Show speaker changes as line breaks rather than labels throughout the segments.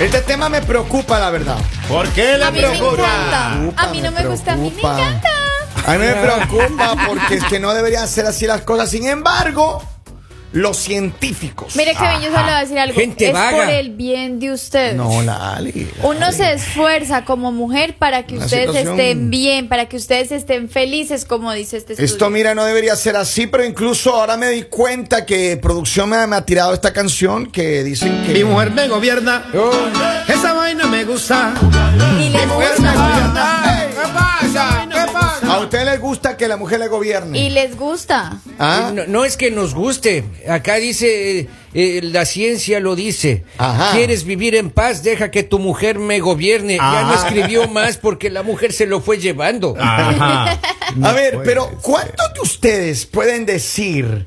Este tema me preocupa, la verdad.
¿Por qué
A
la
mí me
preocupa?
encanta. A mí no me gusta, a mí me
preocupa.
encanta.
A mí me preocupa porque es que no deberían ser así las cosas. Sin embargo, los científicos.
Mire que bien, yo solo voy a decir algo.
Gente
es
vaga.
por el bien de ustedes.
No, la Ali. la
Uno
Ali.
se esfuerza como mujer para que
Una
ustedes
situación-
estén bien, para que ustedes estén felices, como dice este estudio.
Esto, mira, no debería ser así, pero incluso ahora me di cuenta que producción me ha, me ha tirado esta canción que dicen que.
Mi mujer me gobierna. Esa vaina me gusta.
Y les
me
gusta.
gobierna. Ey,
pasa? ¿Qué pasa?
A usted le gusta que la mujer le gobierne.
Y les gusta.
¿Ah?
Eh, No, no es que nos guste. Acá dice, eh, eh, la ciencia lo dice.
Ajá.
¿Quieres vivir en paz? Deja que tu mujer me gobierne. Ya no
Ah.
escribió más porque la mujer se lo fue llevando.
Ah.
Ajá.
A ver, pero ¿cuántos de ustedes pueden decir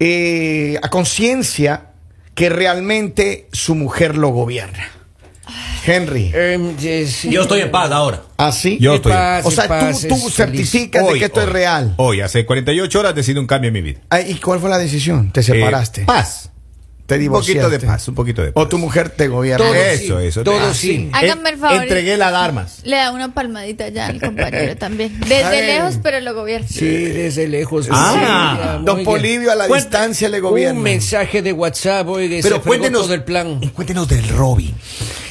eh, a conciencia que realmente su mujer lo gobierna? Henry,
Em, eh, sí.
Yo estoy en paz ahora.
¿así?
Yo
Que
estoy-
pase,
o sea, tú,
pase,
tú
feliz.
certificas de que esto es real.
Hoy, hace 48 horas decido un cambio en mi vida.
Ah, ¿Y cuál fue la decisión? ¿Te
Eh,
separaste?
paz.
¿Te
Un poquito
divorciaste?
de paz, un poquito de paz.
¿O tu mujer te gobierna?
Todo
Eh,
Eh,
Eso,
sí.
eso.
Todo
Ah,
sí.
Háganme el favor.
Entregué las armas.
Le da una palmadita ya al compañero también. Desde
Ay.
lejos, pero lo gobierna.
Sí, desde lejos.
Ah.
Sí, ya, muy
Don
bien.
Polivio a la
Cuenta-
distancia le
Un
gobierna.
mensaje de WhatsApp, oiga, y se fregó todo el plan.
cuéntenos del Robin.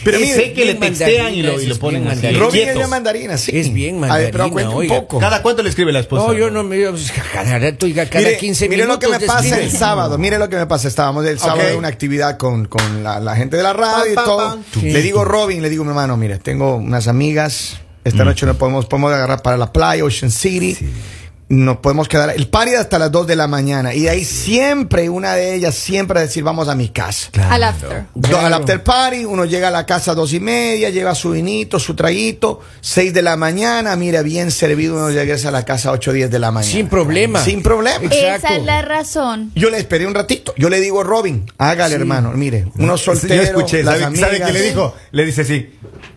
Pero
Ese-
mire,
Sé que le
bien
textean y
mandarina,
lo, y
ese
lo
es
ponen
bien
así.
mandarina.
Robin es
quietos.
de mandarina, sí.
Es bien
A ver, pero
mandarina,
cuente un
oiga.
poco.
¿Cada cuánto le escribe la esposa?
No, yo no me. yo- Cada rato, oiga, cada
mire,
15
mire
minutos.
lo que me pasa
describe.
el sábado. Mire lo que me pasa. Estábamos el sábado en una actividad con, con la, la gente de la radio
Pam,
y
pam,
todo.
pam.
Sí.
Le digo Robin, le digo, mi hermano, mira, tengo unas amigas.
Mm.
Esta noche nos podemos, podemos agarrar para la playa, Ocean City. Nos podemos quedar el party hasta las 2 de la mañana. Y de ahí siempre una de ellas siempre a decir, vamos a mi casa.
Al after.
Do- Al
Claro.
after party, uno llega a la casa a dos y media, lleva su vinito, su traguito, seis de la mañana, mira, bien servido, uno regresa a la casa a ocho, diez de la mañana.
Sin problema.
Sin problema.
Eh. Exacto.
Esa es la razón.
Yo le esperé un ratito, yo le digo, Robin, hágale, hermano, mire, uno soltero,
yo escuché,
las
¿sabe, ¿sabe
amigas.
qué le dijo? Le dice así.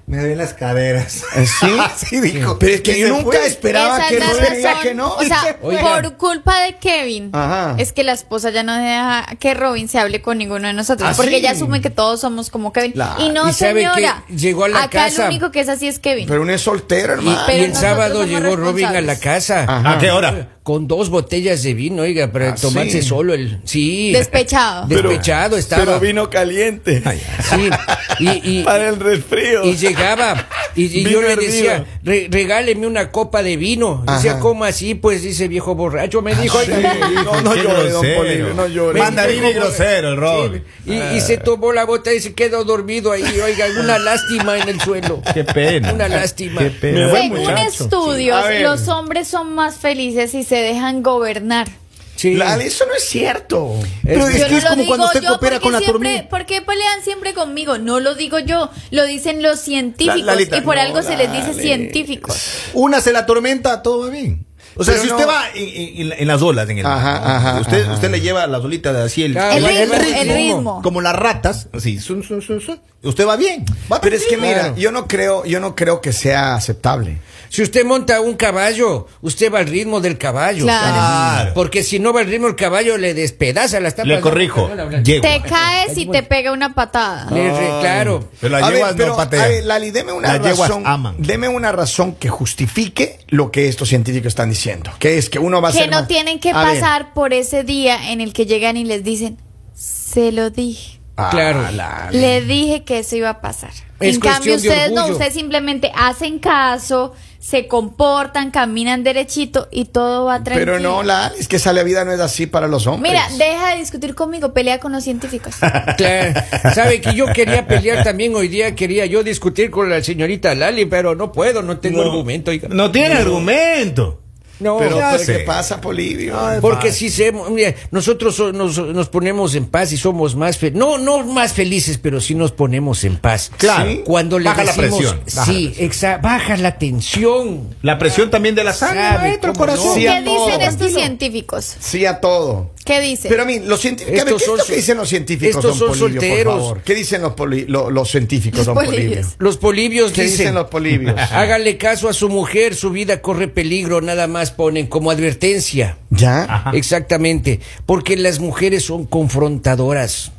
Me doy las caderas.
Eh, ¿Sí?
Así dijo.
Pero es que
Y
yo
se
nunca
fue.
esperaba
Esa
que
es la
no, diría
razón.
que no.
O
y se
sea,
fue.
Oigan.
por culpa de Kevin,
Ajá.
es que la esposa ya no deja que Robin se hable con ninguno de nosotros.
¿Ah,
porque
sí?
ella asume que todos somos como Kevin.
La-
Y no,
¿Y sabe qué?
señora.
Llegó a la
acá
casa.
el único que es así es Kevin.
Pero uno es soltero,
Y,
hermano.
y
Pero
el
nosotros
sábado
somos
llegó Robin a la
responsables.
casa.
Ajá.
¿A qué hora?
Con dos botellas de vino, oiga, para
Ah,
tomarse
sí.
solo el. Sí.
Despechado.
Pero-
Despechado estaba.
Pero vino caliente.
Sí. Y, y,
Para el resfrío.
y llegaba. Y, y
Vino
yo le
hervido.
decía, "Re- regáleme una copa de vino. Decía,
Ajá. Ah,
¿cómo así? Pues dice viejo borracho. Me dijo,
Sí,
"Oiga,
no, no
Qué
llore, don
grosero.
Polibio, no llore.
Mandarín y grosero el Robin.
Sí, y, y se tomó la bota y se quedó dormido ahí. Oiga, una lástima en el suelo.
Qué pena.
Una lástima.
Qué pena. Buen
Según
muchacho.
estudios,
Sí. A ver.
los hombres son más felices si se dejan gobernar.
Sí.
La- eso no es cierto.
Pero
Es
yo
que
no
es
lo
como
digo
cuando usted
yo
coopera
porque
con la
siempre,
tormenta.
¿Por qué pelean siempre conmigo? No lo digo yo, lo dicen los científicos
Lalita,
y por
no,
algo se les dice
dale.
científicos.
Una se la tormenta, todo va bien. O sea,
Pero
si
no-
usted va en, en- en las olas, en el mar,
Ajá,
¿no?
ajá,
usted,
ajá.
usted le lleva las olitas de así el,
Claro,
El
Ah,
ritmo,
bueno,
el
¿cómo?
ritmo.
como las ratas, así, sun, sun, sun, sun. usted va bien. Va
Pero es que
tranquilo.
mira,
Claro.
yo no creo, yo no creo que sea aceptable.
Si usted monta un caballo, usted va al ritmo del caballo.
Claro.
Claro.
Porque si no va al ritmo el caballo, le despedaza las tapas.
Le corrijo. Yegua.
Te caes y te pega una patada.
Le re- claro.
Pero la
a
yegua
ver, pero,
no patea.
a ver, Lali, deme una
Las yeguas
razón,
aman.
deme una razón que justifique lo que estos científicos están diciendo, que es que uno va a
que
ser
no
más- Ah,
tienen que
A ver.
pasar por ese día en el que llegan y les dicen, se lo dije.
Ah,
Claro.
Lali.
Le dije que eso iba a pasar.
Es
en cambio,
cuestión de
ustedes no,
orgullo.
ustedes simplemente hacen caso, se comportan, caminan derechito y todo va tranquilo.
Pero no, Lali, es que esa la vida no es así para los hombres.
Mira, deja de discutir conmigo, pelea con los científicos.
Claro. Sabe que yo quería pelear también hoy día, quería yo discutir con la señorita Lali, pero no puedo, no tengo argumento. oiga.
No tiene argumento.
No,
pero, pues,
ya
pero
sé.
¿qué pasa, Polivio?
Ah,
Porque si se, mire, nosotros so- nos, nos ponemos en paz y somos más fe- no no más felices, pero sí nos ponemos en paz.
Claro.
Sí. Cuando le
Baja la
decimos,
presión, baja la
sí, exa- baja la tensión.
La presión también de la sangre,
Sabe,
maestro,
cómo
corazón.
no.
Sí,
¿Qué
a todo,
dicen estos
tranquilo.
científicos?
Sí a todo.
¿Qué dicen?
Pero a mí, los científicos, a ver,
Estos
¿qué es
son
lo que
sol-
dicen los científicos, don
estos son
Polibio,
solteros.
por favor? ¿Qué dicen los, poli- lo- los científicos, don
Los
Polibio?
polibios.
Los polibios
¿Qué dicen, los polibios?
Hágale caso a su mujer, su vida corre peligro, nada más ponen como advertencia.
¿Ya?
Ah. Exactamente, porque las mujeres son confrontadoras.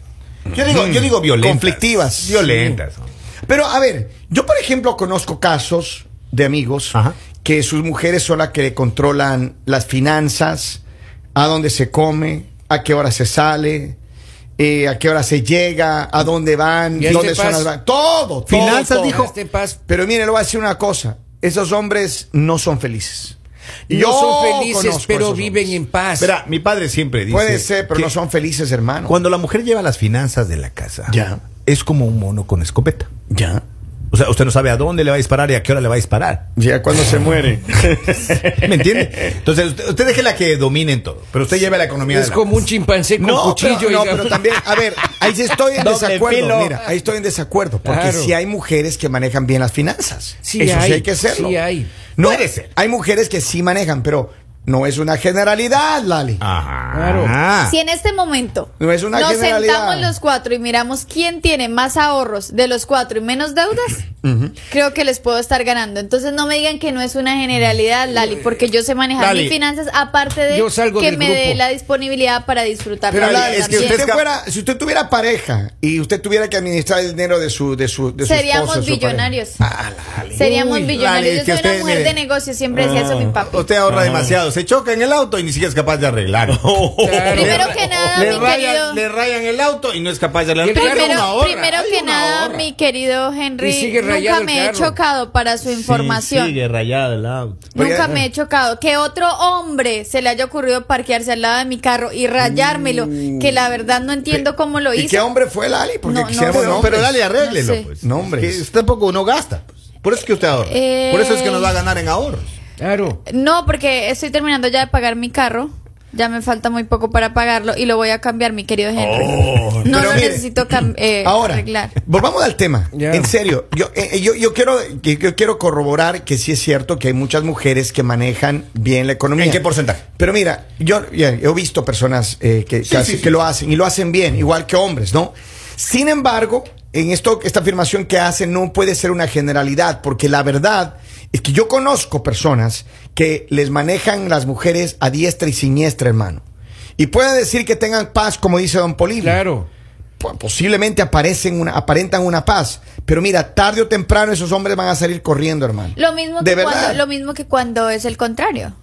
Yo digo, yo digo violentas.
Conflictivas.
Violentas.
Pero a ver, yo por ejemplo conozco casos de amigos
Ajá.
que sus mujeres son las que le controlan las finanzas, a dónde se come, a qué hora se sale. eh, a qué hora se llega, a dónde van,
Y ahí
dónde
te
son
pasa.
las van- Todo, todo,
este Finanzas,
todo.
dijo.
Hazte en este paz.
Pero mire, le voy a decir una cosa. Esos hombres no son felices.
No
Yo
son felices,
conozco
pero
esos
viven
hombres.
en paz.
Verá, mi padre siempre dice.
Puede ser, pero
que
no son felices, hermano.
Cuando la mujer lleva las finanzas de la casa,
Ya.
es como un mono con escopeta.
Ya.
O sea, usted no sabe a dónde le va a disparar y a qué hora le va a disparar.
Ya cuando se muere.
¿Me entiende? Entonces, usted, usted deje la que dominen todo, pero usted lleve la economía.
es
de la
como
casa.
un chimpancé con
No,
cuchillo.
pero, no,
digamos.
pero también, a ver, ahí sí estoy en
Doble
desacuerdo.
filo.
Mira, ahí estoy en desacuerdo. Porque
Claro.
sí hay mujeres que manejan bien las finanzas.
Sí
Eso
hay,
sí hay que hacerlo.
sí hay.
No,
Puede ser.
Hay mujeres que sí manejan, pero no es una generalidad, Lali.
Ajá. Ah.
Claro.
Si en este momento
No es una
nos
generalidad.
sentamos los cuatro y miramos quién tiene más ahorros de los cuatro y menos deudas, creo que les puedo estar ganando. Entonces no me digan que no es una generalidad, Lali, porque yo sé manejar
Lali,
mis finanzas, aparte de
yo salgo
que
del
me
grupo.
dé la disponibilidad para disfrutar.
Pero
la
Lali,
vida
es que
si
también.
usted
usted-
fuera, si usted tuviera pareja y usted tuviera que administrar el dinero de su, de su, de su
Seríamos
esposa, su pareja.
billonarios.
Ah, Lali.
Seríamos
Uy, Lali,
billonarios.
que
yo soy
usted,
una mujer
eh,
mire.
de negocios, siempre decía eso mi papi.
Usted ahorra demasiado, se choca en el auto y ni siquiera es capaz de arreglar.
Primero que nada,
le,
mi querido-
rayan, le rayan el auto y no es capaz de arreglar.
Primero-
Claro,
Primero,
uno ahorra,
primero
hay
que
uno
nada,
ahorra.
mi querido Henry,
Y sigue
nunca
rayado el
me he
carro.
chocado para su información.
Sí, sigue rayado el auto.
Nunca
Porque-
me he chocado. Que otro hombre se le haya ocurrido parquearse al lado de mi carro y rayármelo, que la verdad no entiendo cómo lo
¿Y qué
hizo.
hombre fue Lali? Porque
No, no,
quisiéramos
Pero,
nombres.
pero dale, arréglelo.
No sé.
pues.
No, hombre.
Que tampoco uno gasta. pues. Por eso es que usted ahorra.
Eh.
Por eso es que nos va a ganar en ahorros.
Claro.
No, porque estoy terminando ya de pagar mi carro. Ya me falta muy poco para pagarlo y lo voy a cambiar, mi querido Henry. no
pero
lo
mire,
necesito cam- eh,
Ahora,
arreglar.
volvamos al tema.
Ya.
En serio, yo, eh, yo, yo quiero, que- yo quiero corroborar que sí es cierto que hay muchas mujeres que manejan bien la economía.
¿En qué porcentaje?
Pero mira, yo ya, he visto personas eh, que, que, hace- que lo hacen y lo hacen bien, igual que hombres, ¿no? Sin embargo, en esto, esta afirmación que hacen no puede ser una generalidad, porque la verdad es que yo conozco personas que les manejan las mujeres a diestra y siniestra, hermano. Y pueden decir que tengan paz, como dice don Polibio
Claro.
po- Pues, posiblemente aparecen una, aparentan una paz. Pero mira, tarde o temprano esos hombres van a salir corriendo, hermano.
Lo mismo,
De
que
verdad.
cuando, lo mismo que cuando es el contrario.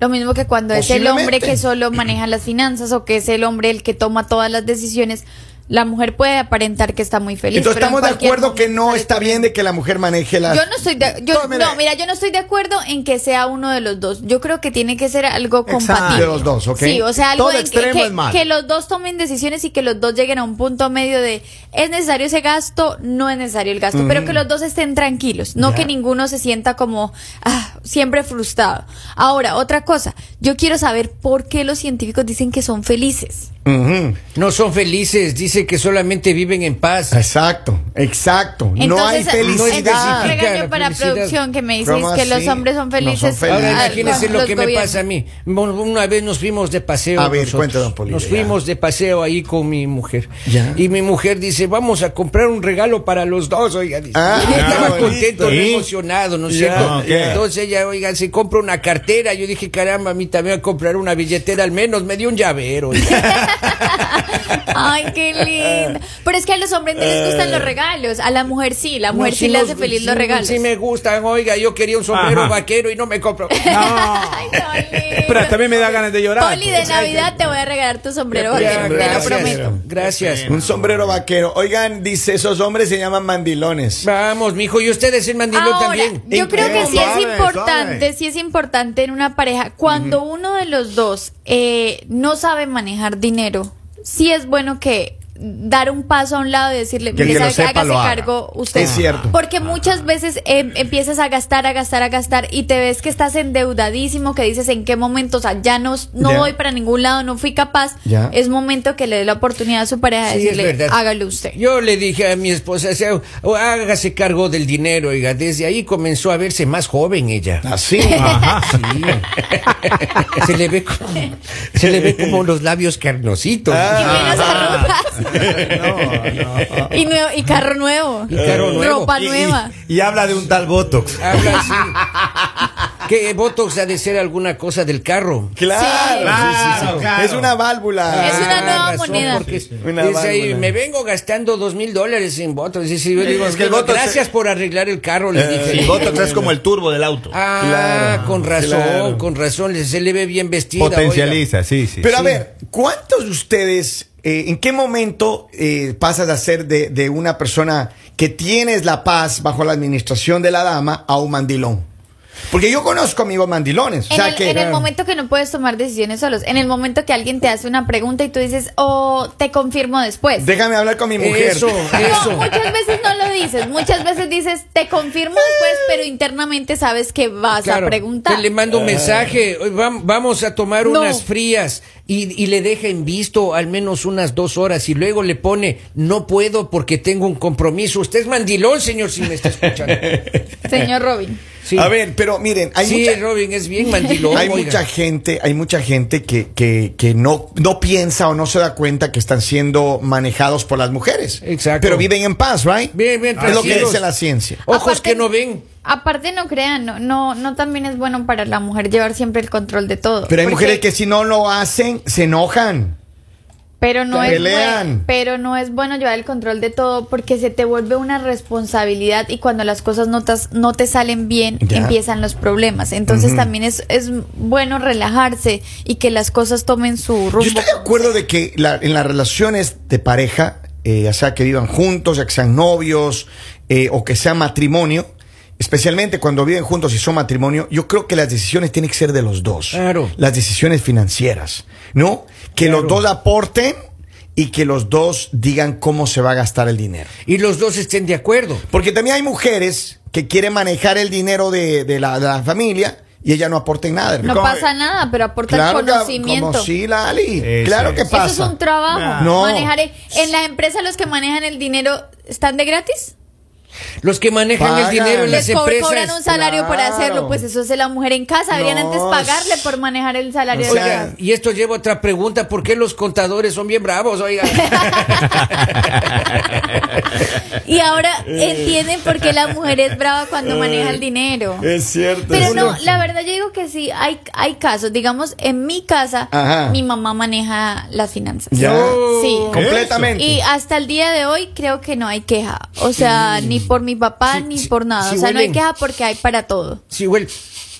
Lo mismo que cuando es el
Posiblemente.
hombre que solo maneja las finanzas o que es el hombre el que toma todas las decisiones. La mujer puede aparentar que está muy feliz.
Entonces
pero en
estamos de
cualquier
acuerdo que
momento
no
sale
está bien de que la mujer maneje la...
Yo no estoy de, yo,
No, mira.
no, mira, yo no estoy de acuerdo en que sea uno de los dos. Yo creo que tiene que ser algo
Exacto.
compatible.
De los dos, ¿ok?
Sí, o sea, algo
Todo
en que,
extremo
que-
es malo.
que los dos tomen decisiones y que los dos lleguen a un punto medio de es necesario ese gasto, no es necesario el gasto, pero que los dos estén tranquilos, no que ninguno se sienta como ah, siempre frustrado. Ahora, otra cosa, yo quiero saber por qué los científicos dicen que son felices.
Ujú.
No son felices, dice que solamente viven en paz.
Exacto, exacto. no hay
Entonces, eh,
felicidad.
entonces, un
Explica la
regaño para
felicidad.
producción que me dices
¿Cómo
que
así?
los hombres son
No son
felices.
felices.
Ahora
ah,
imagínense
los
lo que me
gobiernos.
pasa a mí. Bueno, Una vez nos fuimos de paseo.
A ver,
nosotros.
cuenta, don Polibio,
Nos
ya.
fuimos de paseo ahí con mi mujer.
Ya.
Y mi mujer dice, vamos a comprar un regalo para los dos, oiga. dice.
Ah,
Y estaba
bonito.
contento,
Sí.
emocionado, ¿no es
Ya.
cierto?
Ah, ok.
Entonces ella, oiga, se compra una cartera. Yo dije, caramba, a mí también voy a comprar una billetera al menos. Me dio un llavero. oiga.
Ay, qué lindo. Pero es que a los hombres no les gustan los regalos. A la mujer sí, la mujer
No,
sí, le
nos-
hace feliz
sí,
los regalos.
Sí me gustan, oiga, yo quería un sombrero
Ajá.
vaquero y no me compro.
Ay, no, lindo.
Pero también me da ganas de llorar,
Poli, de
pues.
Navidad te voy a regalar tu sombrero
Ya,
vaquero, te lo
gracias,
prometo.
Gracias.
Un sombrero vaquero. Oigan, dice, esos hombres se llaman mandilones.
Vamos, mijo, y ustedes en Mandilón
Ahora,
también.
yo creo que
Increíble.
sí es
Suave,
importante,
suave.
sí es importante en una pareja, cuando uno de los dos eh, no sabe manejar dinero, sí es bueno que dar un paso a un lado y decirle,
Que el
mire,
que lo
sabe que
sepa,
hágase
lo haga".
cargo usted.
Es cierto.
Porque muchas veces eh, empiezas a gastar, a gastar, a gastar y te ves que estás endeudadísimo, que dices en qué momento, o sea, ya no, no
Ya.
voy para ningún lado, no fui capaz.
Ya.
Es momento que le dé la oportunidad a su pareja de
Sí, es
decirle,
verdad.
hágalo usted.
Yo le dije a mi esposa, o sea, o hágase cargo del dinero, oiga, desde ahí comenzó a verse más joven ella.
Así.
Sí. se le ve como, se le ve como los labios carnositos.
Y menos
Ah.
arrugas.
No, no.
Y, nuevo- y carro nuevo.
Y carro nuevo.
Ropa
Y-
nueva.
Y, y habla de un tal Botox.
Habla así. que Botox ha de ser alguna cosa del carro.
Claro,
Sí, sí, sí.
Es una válvula.
Es una nueva
Ah, razón,
moneda.
porque es-
Una
dice ahí,
válvula.
me vengo gastando dos mil dólares en Botox. Y si yo digo,
es que el Botox-
gracias por arreglar el carro, le dije.
El Botox es como el turbo del auto.
Ah,
Claro,
con razón,
claro.
con razón, le- se le ve bien vestida. oiga.
Potencializa, sí, sí.
Pero a ver, ¿cuántos de ustedes, eh, en qué momento eh, pasas a ser de, de una persona que tienes la paz bajo la administración de la dama a un mandilón? Porque yo conozco amigos mandilones. o
En,
sea
el,
que,
en el momento que no puedes tomar decisiones solos, en el momento que alguien te hace una pregunta y tú dices, oh, te confirmo después.
déjame hablar con mi mujer.
Eso,
No,
eso.
muchas veces no lo dices, muchas veces dices, te confirmo después, pero internamente sabes que vas
Claro,
a preguntar.
que le
Ah.
mando un mensaje, "Oye, vam- vamos a tomar
No.
unas frías y, y le deja en visto al menos unas dos horas y luego le pone, no puedo porque tengo un compromiso. Usted es mandilón, señor, si me está escuchando.
Señor Robin.
Sí.
A ver, pero miren, hay
sí,
mucha-
Robin es bien mandilón.
hay
oiga.
mucha gente, hay mucha gente que, que, que no, no piensa o no se da cuenta que están siendo manejados por las mujeres.
Exacto.
Pero viven en paz, right?
Bien, bien,
es lo que
tranquilos.
dice la ciencia.
Ojos
Aparte-
que no ven.
Aparte no crean, no, no, no también es bueno para la mujer llevar siempre el control de todo.
Pero hay
Porque-
mujeres que si no lo hacen, se enojan.
pero no
que
es
pelean.
buen- pero no es bueno llevar el control de todo porque se te vuelve una responsabilidad y cuando las cosas no, tas- no te salen bien
Ya.
empiezan los problemas. Entonces también es, es bueno relajarse y que las cosas tomen su rumbo.
Yo estoy de acuerdo de que la- en las relaciones de pareja, eh, ya sea que vivan juntos, ya que sean novios eh, o que sea matrimonio, especialmente cuando viven juntos y son matrimonio, yo creo que las decisiones tienen que ser de los dos.
Claro.
Las decisiones financieras, ¿no? Que los dos aporten y que los dos digan cómo se va a gastar el dinero.
Y los dos estén de acuerdo.
Porque también hay mujeres que quieren manejar el dinero de, de la, de la familia y ella no aporta en nada.
No pasa nada, pero aporta
Claro,
el
que-
conocimiento.
como sí, Lali.
Eso
claro
es.
que
Eso
pasa.
Eso es un trabajo.
No.
Manejar el- en las empresas los que manejan el dinero están de gratis.
Los que manejan
Pagan.
el dinero en
Las
las
Les co-
empresas.
cobran un salario por
Claro.
hacerlo, pues eso es de la mujer en casa. Deberían
No,
antes pagarle por manejar el salario.
o
de
sea,
la-
Oiga, y esto lleva a otra pregunta, ¿por qué los contadores son bien bravos? Oiga,
y ahora entienden por qué la mujer es brava cuando maneja
Eh,
el dinero.
Es cierto.
Pero no, la verdad yo digo que sí, hay, hay casos. Digamos, en mi casa,
Ajá.
mi mamá maneja las finanzas.
Ya.
Sí.
¿Qué?
Completamente.
Y hasta el día de hoy creo que no hay queja. O sea, ni por mi papá
Sí,
ni
sí,
por nada.
sí
o sea, no hay
huelen.
queja porque hay para todo.
si huelen.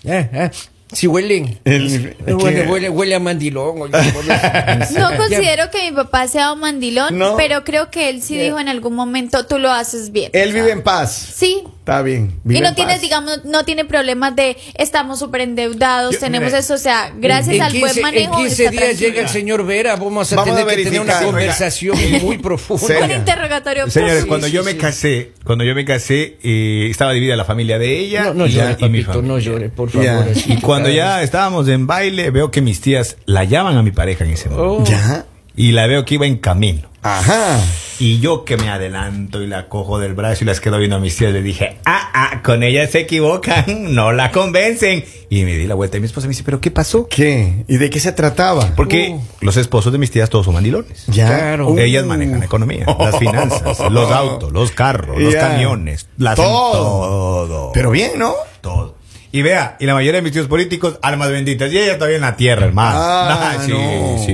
Ah, ah, si huelen.
El-
huele,
que-
huele, huele a mandilón. oiga, huele-
No considero que mi papá sea un mandilón,
No.
pero creo que él sí dijo en algún momento, tú lo haces bien.
Él
O sea,
vive en paz.
Sí.
Está bien. vive
y no
en
tiene,
paz.
digamos, no tiene problemas de estamos súper endeudados,
Yo-
tenemos
mire,
eso, o sea,
En
gracias al
15
buen
en
manejo.
15
está
días llega el
tranquila.
señor Vera, vamos a
Vamos a
tener que tener una
verificar, oiga.
conversación muy
Un
profunda.
Serio.
interrogatorio.
Señores,
Sí,
cuando
sí,
yo
sí,
me
sí.
casé, cuando yo me casé, eh, estaba dividida la familia de ella
No, no
y,
llore,
ya- y mi
papito,
familia.
no llore, por
Ya.
favor. así,
Y cuando
cada
ya
vez.
estábamos en baile, veo que mis tías la llaman a mi pareja en ese momento.
Oh.
Ya.
Y la veo que iba en camino.
Ajá.
Y yo que me adelanto y la cojo del brazo y las quedo viendo a mis tías, le dije, ah, ah, con ella se equivocan, no la convencen. Y me di la vuelta y mi esposa me dice, pero ¿qué pasó?
¿Qué? ¿Y de qué se trataba?
Porque
Uh.
los esposos de mis tías todos son mandilones.
ya.
Oh, Claro.
Uh.
Ellas manejan la economía, las finanzas, los autos, los carros, los
Ya.
camiones, las
Todo.
todo.
Pero bien, ¿no?
todo. Y vea, y la mayoría de mis tíos políticos, almas benditas. Y ella todavía en la tierra, hermano.
Ah, no. Es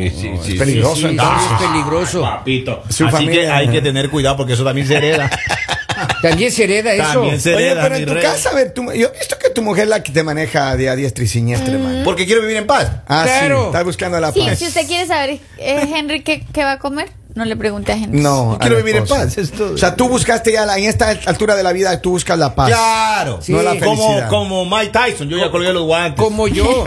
peligroso,
sí, sí.
entonces.
Ah,
Es peligroso.
Papito.
Su
Así
familia.
que hay que tener cuidado porque eso también se hereda.
También se hereda eso.
También se-
Oye,
Hereda,
pero en
mi
tu
rey.
casa, a ver, tú- yo he visto que tu mujer la que te maneja de a diestra y siniestra, hermano.
Porque quiero vivir en paz.
Ah, sí.
Claro.
Está buscando la
Mm. Sí,
paz.
si usted quiere saber, eh, Henry, ¿qué, qué va a comer? No le pregunte a Henry.
No.
Quiero
a la
vivir en
esposa.
paz, es todo.
O sea, tú buscaste ya la- en esta altura de la vida, tú buscas la paz.
Claro.
No la
como,
felicidad.
como Mike Tyson, yo ya colgué los guantes.
Como yo.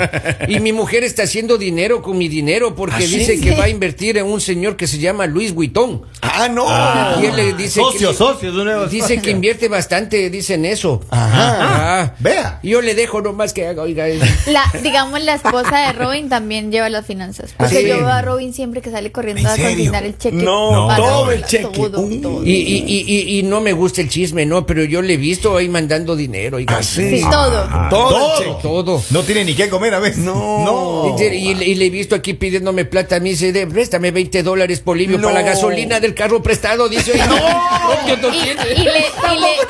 Y mi mujer está haciendo dinero con mi dinero porque dice que va a invertir en un señor que se llama Luis Vuitton.
Ah, no.
Ah.
Y él le dice
Socios,
que,
socios, de nuevo,
Dice
socios.
que invierte bastante, dicen eso.
Ajá.
Ah.
Vea.
Yo le dejo nomás que haga, oiga. eh.
La, digamos, la esposa de Robin también lleva las finanzas.
¿Ah,
Porque
sí?
yo veo a Robin siempre que sale corriendo
¿En
a
serio?
consignar el cheque. cheque.
No,
No.
todo
Todo,
el cheque.
todo,
Uh,
todo.
Y, y- y- y- y no me gusta el chisme, no, pero yo le he visto ahí mandando dinero. oiga.
Ah, sí.
Sí, todo.
Ah,
Todo
todo.
el cheque.
Todo.
No tiene ni qué comer a veces.
No.
Y, te- y le- y le he visto aquí pidiéndome plata a mí, dice, "De- préstame 20 dólares Polivio para la
No.
gasolina del carro prestado, dice, "Oye, no, no, yo no
Y, y
quiero".
le, y, le,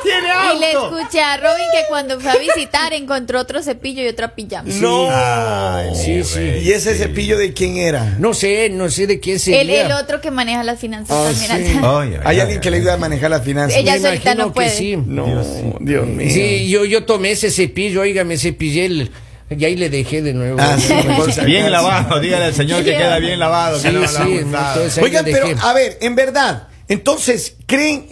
tiene
y le
auto.
escuché a Robin que cuando fue a visitar encontró otro cepillo y otra pijama.
No.
Ay, mi
sí.
rey,
¿Y ese
sí.
cepillo de quién era?
No sé, no sé de quién sería.
El, el otro que maneja las finanzas
Ah,
también.
sí.
allá.
Ay, ay,
Hay
ay,
alguien que
ay.
le ayuda a manejar las finanzas.
Ella
Me
solita
imagino
no
que
puede.
sí.
No, Dios mío.
Sí, yo, yo tomé ese cepillo, oiga, me cepillé el, y ahí le dejé de nuevo.
Ah, sí, por si
Bien
acaso.
lavado, dígale al señor que
Sí.
queda bien lavado. que
Sí,
no lo
sí,
ha
no,
gustado.
entonces-
Oigan,
de
pero
qué.
a ver, en verdad, entonces, ¿creen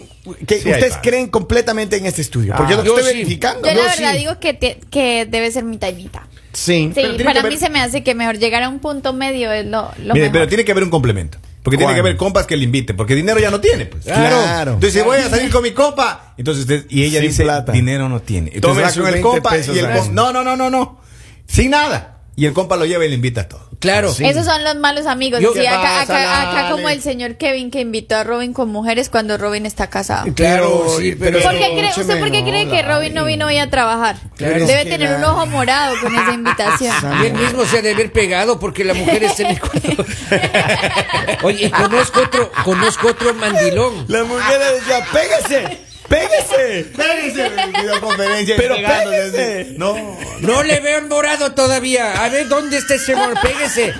que
Sí, hay
ustedes
pan.
creen completamente en este estudio? Porque
Ah,
yo lo
yo
estoy
sí.
verificando.
Yo la
Yo
verdad
sí.
digo que, te- que debe ser mitad y mitad.
Sí.
Sí,
Pero tiene
para
que
mí
ver-
se me hace que mejor llegar a un punto medio es lo, lo
Mire,
mejor.
pero tiene que haber un complemento. Porque tiene
¿Cuál?
que haber compas que le inviten, porque dinero ya no tiene, pues.
Claro.
Entonces, si voy a salir con mi compa, entonces usted, y ella
Sin
dice,
plata.
dinero no tiene.
Tome
Entonces va
sus
con el
20
compa
pesos
y el
ahí.
compa, no, no, no, no, no, sin nada. Y el compa lo lleva y le invita a todo.
Claro.
Esos son los malos amigos.
Yo-
Sí,
¿Qué
acá,
pasa,
acá- acá
Lale?
como el señor Kevin que invitó a Robin con mujeres cuando Robin está casado.
Claro,
Pero-
sí,
pero-
pero...
¿Por qué cree,
escúcheme,
¿Usted por qué
no,
cree que Robin no vino hoy a trabajar?
Claro.
Debe
Es que
tener un
la-
ojo morado con esa invitación.
Y
Ah.
él mismo se ha de haber pegado porque la mujer está en el cuarto. Oye, y conozco otro, conozco otro mandilón.
La mujer le decía, pégase, pégase.
Espérense, videoconferencia,
Pero
pegándose así.
espérense.
No.
No le veo en morado todavía. A ver, ¿dónde está ese amor? Péguese.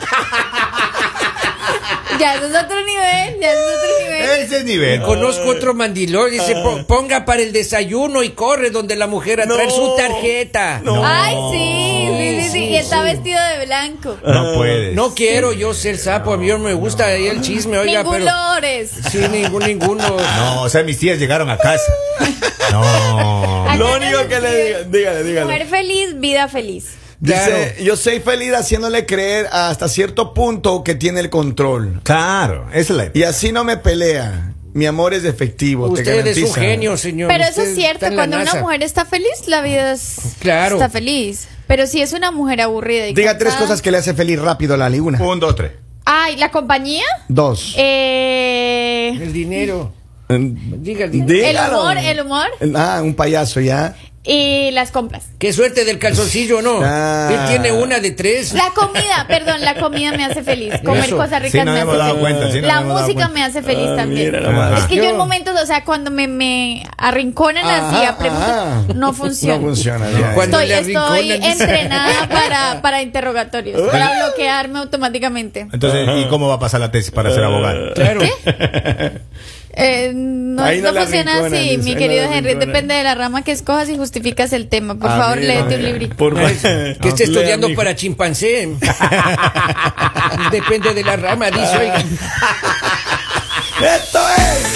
Ya, eso es otro nivel, ya eso es otro
Eh,
nivel.
Ese es nivel.
Conozco
Ah.
otro mandilón. Dice, "Po- ponga para el desayuno y corre donde la mujer atrae su tarjeta. No,
Ay, sí, sí, sí, sí, y está vestido de blanco.
No puedes.
Este,
quiero yo ser sapo. A mí no me gusta ahí el chisme, oiga,
Ningún
pero...
lores.
Sí, ningún, ninguno.
No, o sea, mis tías llegaron a casa. No.
Acá
Lo
nos
único que le diga,
escriben,
dígale, dígale.
Mujer feliz, vida feliz.
Dice, yo soy feliz haciéndole creer hasta cierto punto que tiene el control.
Claro, esa es la
Y así no me pelea. Mi amor es efectivo. te
Usted es un
garantiza.
genio, señor.
Pero eso
Usted
es cierto,
está en la
cuando una
NASA.
mujer está feliz, la vida es-
Claro.
está feliz. Pero si es una mujer aburrida y
Diga tres
cansada-
cosas que le hace feliz rápido a Lali. Una,
Un, dos, tres.
Ay, la compañía,
dos.
eh,
El dinero. Diga, el dinero.
el
Dígalo.
humor, el humor
Ah, un payaso ya.
y las compras.
Qué suerte del calzoncillo, ¿no?
Ah.
Él tiene una de tres.
La comida, perdón, la comida me hace feliz. Comer
Eso.
cosas
Sí,
ricas
no
me hace
hemos dado
feliz.
cuenta. sí, no
la
hemos dado
música
cuenta.
me hace feliz también.
nomás.
Es que yo,
Yo-
en momentos, o sea, cuando me, me arrinconan así
Ajá,
a preguntas,
ajá.
no funciona.
No funciona.
No.
ya.
Cuando
Estoy,
le
estoy
arrinconan, dice.
entrenada para, para interrogatorios, para bloquearme automáticamente.
Entonces, ¿y cómo va a pasar la tesis para ser abogado?
Claro.
Eh, no
Ahí no
no
la
funciona
arrinconan,
así,
dice, ahí
mi
no
querido
la
Henry.
arrinconan. Ah,
Depende de la rama que escojas y justificas el tema. Por
A
favor,
ver,
léete
a ver.
un librito.
Por
Que esté estudiando para chimpancé. Depende de la rama, dice. oiga.
¡Esto es!